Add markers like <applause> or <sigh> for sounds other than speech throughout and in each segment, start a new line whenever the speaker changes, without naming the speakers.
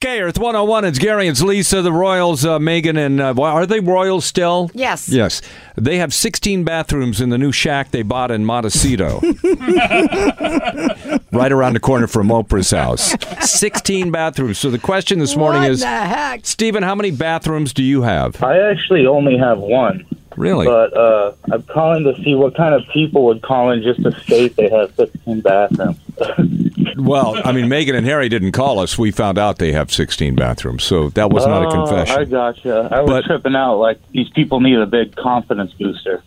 Okay, Earth 101, it's Gary, it's Lisa, the Royals, uh, Megan, and uh, well, are they Royals still?
Yes.
Yes. They have 16 bathrooms in the new shack they bought in
<laughs>
Montecito, right around the corner from Oprah's house. 16 bathrooms. So the question this morning
What
is
the heck?
Stephen, how many bathrooms do you have?
I actually only have one,
Really?
but uh, I'm calling to see what kind of people would call in just to state they have 16 bathrooms.
Well, I mean, Megan and Harry didn't call us. We found out they have 16 bathrooms, so that was not a
Oh,
confession.
I gotcha. I was
But-
tripping out. Like these people need a big confidence booster.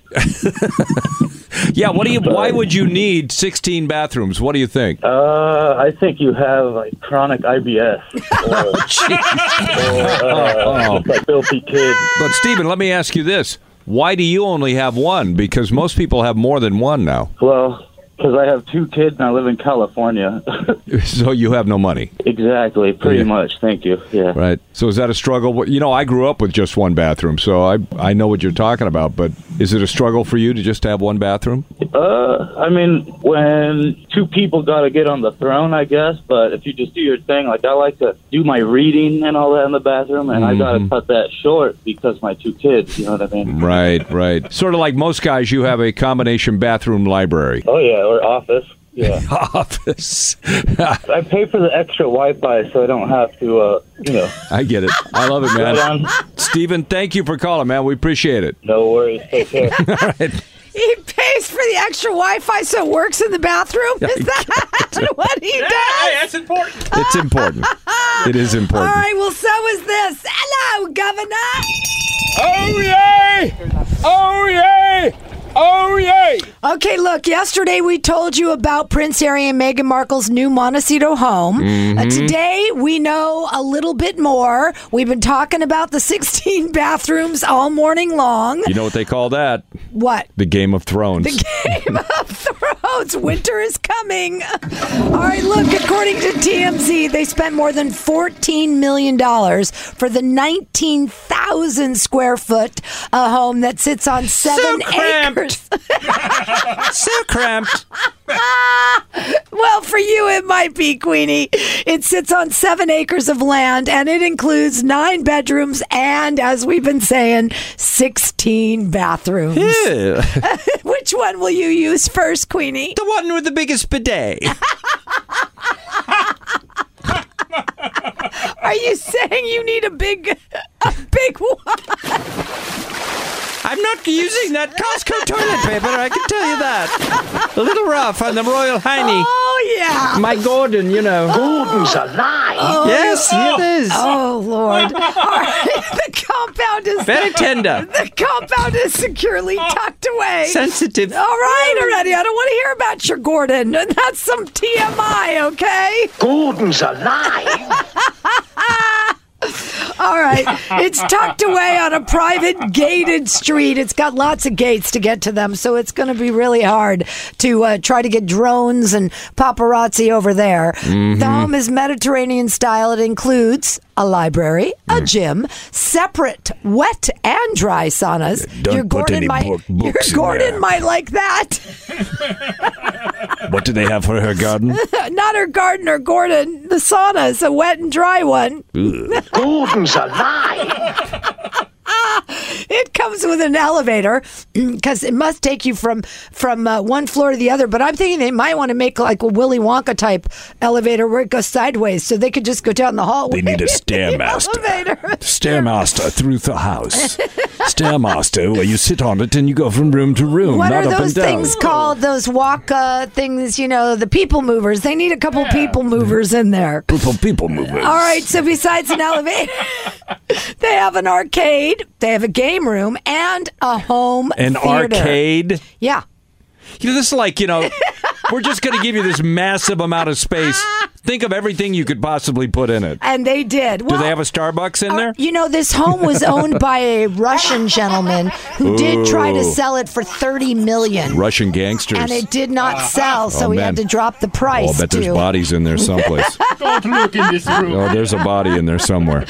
Yeah, what do you? Why would you need 16 bathrooms? What do you think?
Uh, I think you have like
<laughs>
chronic IBS or, or
Oh,
uh, just a filthy kid.
But Stephen, let me ask you this: Why do you only have one? Because most people have more than one now. <laughs>
Well, because I have two kids and I live in California. <laughs>
So you have no money,
exactly. Pretty
Yeah.
much. Thank you. Yeah.
right? So is that a struggle? Well, You know, I grew up with just one bathroom, so I I know what you're talking about. But is it a struggle for you to just have one bathroom?
Uh, I mean, when two people got to get on the throne, I guess. But if you just do your thing, like I like to do my reading and all that in the bathroom, and I got to cut that short because my two kids. You know what I mean?
Right, right. Sort of like most guys, you have a combination bathroom library
Oh yeah, or office. <laughs> Yeah,
office.
I pay for the extra Wi-Fi so I don't have to, uh, you know,
I get it. I love it,
put <laughs>
man.
on.
Stephen, thank you for calling, man. We appreciate it.
No worries. Take care.
He pays for the extra Wi-Fi so it works in the bathroom.
<laughs>
Is that <laughs> what he does?
that's important.
It's important. It is
All
important.
right. Well, so is this. Hello, Governor.
Oh yay! Oh yay! Oh yay!
Okay, look. Yesterday we told you about Prince Harry and Meghan Markle's new Montecito home.
Mm-hmm.
Uh, today we know a little bit more. We've been talking about the <laughs> 16 bathrooms all morning long.
You know what they call that?
What?
The Game of Thrones.
Game of Thrones. Winter is coming. All right, look, according to TMZ, they spent more than $14 million for the 19,000 square foot uh, home that sits on seven
cramped.
acres. <laughs>
so <laughs> cramped.
Well, for you, it might be, Queenie. It sits on seven acres of land and it includes nine bedrooms and, as we've been saying, 16 bathrooms.
the
<laughs> Which one will you use first, Queenie?
one with <laughs> the biggest bidet.
Are you saying you need a big, a big one?
I'm not using that Costco toilet paper, I can tell you that. A little rough on the Royal Heine.
Oh yeah.
My Gordon, you know. Gordon's alive. Yes, it is.
Oh lord. All right. The compound is
Very tender.
the compound is securely tucked away.
Sensitive.
All right, already. I don't want to hear about your Gordon. <laughs> That's some TMI, okay?
Gordon's alive.
<laughs> All right. It's tucked away on a private gated street. It's got lots of gates to get to them, so it's going to be really hard to uh, try to get drones and paparazzi over there.
Mm-hmm.
The home is Mediterranean style. It includes a library, a
Mm.
gym, separate wet and dry saunas.
Don't put any
might,
book- books in
your Gordon
there.
might like that. <laughs>
What do they have for her garden?
Not her gardener, Gordon. The sauna is a wet and dry one. <laughs>
Gordon's alive.
It comes with an elevator <clears throat> because it must take you from from uh, one floor to the other. But I'm thinking they might want to make like a Willy Wonka type elevator where it goes sideways, so they could just go down the hallway.
They need
<laughs>
a
in the
stairmaster.
elevator.
Stairmaster through the house. Stairmaster, where you sit on it and you go from room to room,
What
not
are
up
those
and down.
things called? Those walk uh, things, you know, the people movers. They need a couple people movers in there.
People, people movers.
All right, so besides an elevator, <laughs> they have an arcade, they have a game room, and a home
An
theater.
arcade?
Yeah.
You know, this is like, you know, we're just going to give you this massive amount of space. Think of everything you could possibly put in it.
And they did.
Do they have a Starbucks in there?
You know, this home
<laughs>
was owned by a Russian gentleman who did try to sell it for thirty million,
Russian gangsters.
and it did not sell, so
Oh,
we
man.
had to drop the
Oh,
price.
I bet there's
too.
bodies in there
<laughs>
someplace.
Don't look in this room.
oh, there's a body in there somewhere.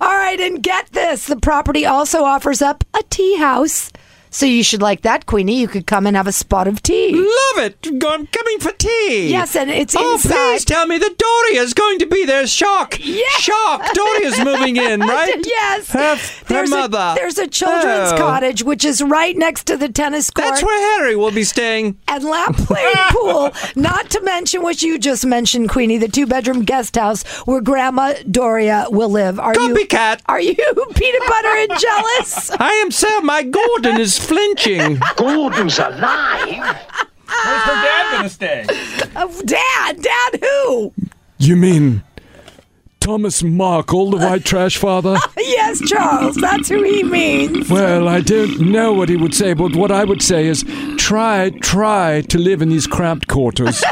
All right, and get this: the property also offers up a tea house. So you should like that, Queenie. You could come and have a spot of tea.
Love it. I'm coming for tea.
Yes, and it's
Oh,
inside.
please tell me that Doria's going to be there. Shock.
Yeah.
Shock. Doria's moving
<laughs>
in, right?
Yes.
Her, her
there's
mother.
A, there's a children's
Oh.
cottage which is right next to the tennis court
That's where Harry will be staying.
and
<laughs>
lap play pool. Not to mention what you just mentioned, Queenie, the two bedroom guest house where Grandma Doria will live. Are
Copycat.
you? Are you <laughs> peanut butter and jealous?
I am Sir. My Gordon is flinching.
Gordon's alive.
Where's her dad gonna stay?
Of Dad, Dad, who?
You mean Thomas Markle, the white trash father?
<laughs> Yes, Charles. That's who he means. <laughs>
Well, I don't know what he would say, but what I would say is try, try to live in these
<laughs>
cramped quarters.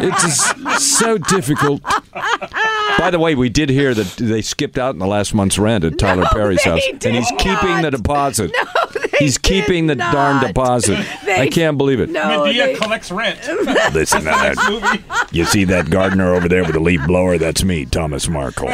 It is so difficult.
By the way, we did hear that they skipped out in the last month's rent at Tyler Perry's
they
house,
did
and he's keeping the
not.
deposit.
No, they
he's keeping the
did
darn
not.
deposit.
They-
I can't believe it.
No,
Medea
Oh, they-
collects rent.
Listen, uh,
Movie.
you see that gardener over there with the leaf blower? That's me, Thomas Markle.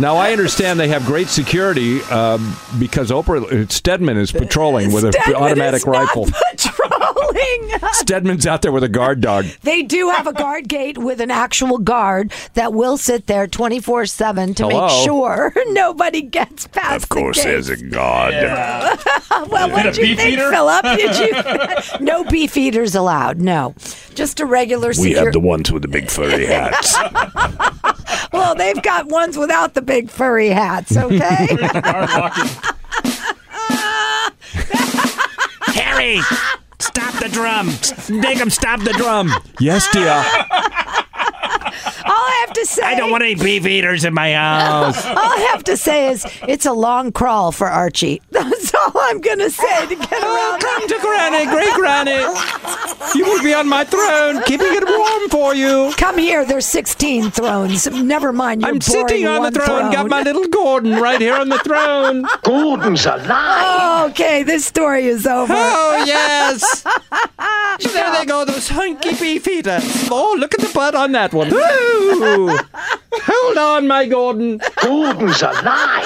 Now I understand they have great security um, because Oprah uh, Stedman is patrolling with an
Stedman
automatic
is not
rifle. <laughs>
patrolling.
Stedman's out there with a guard dog.
They do have a guard gate with an actual guard that will sit there 24 7 to
Hello?
make sure <laughs> nobody gets past the gate. Uh,
a god.
Well, what did
Is it a
you
beef
think,
eater?
Philip? Did you? <laughs> no beef eaters allowed. No, just a regular. secure-
ones with the big furry hats.
well, they've got ones without the big furry hats. Okay.
Hard walking.
Harry, stop the drum. Make him stop the
Um,
drum. Yes, dear.
All I have to say.
any beef eaters in my house.
All I have to say is it's a long crawl for Archie. <laughs> That's all I'm gonna say to get around.
Come to Granny, great Granny. You will be on my throne, keeping it warm for you.
Come here. There's 16 thrones. Never mind. You're
I'm sitting on the throne,
throne.
got my little Gordon right here on the throne.
Gordon's alive.
Okay, this story is over.
Oh yes! there they go, those hunky beef eaters. Oh, look at the butt on that one. Ooh. Hold on, my Gordon.
Gordon's alive.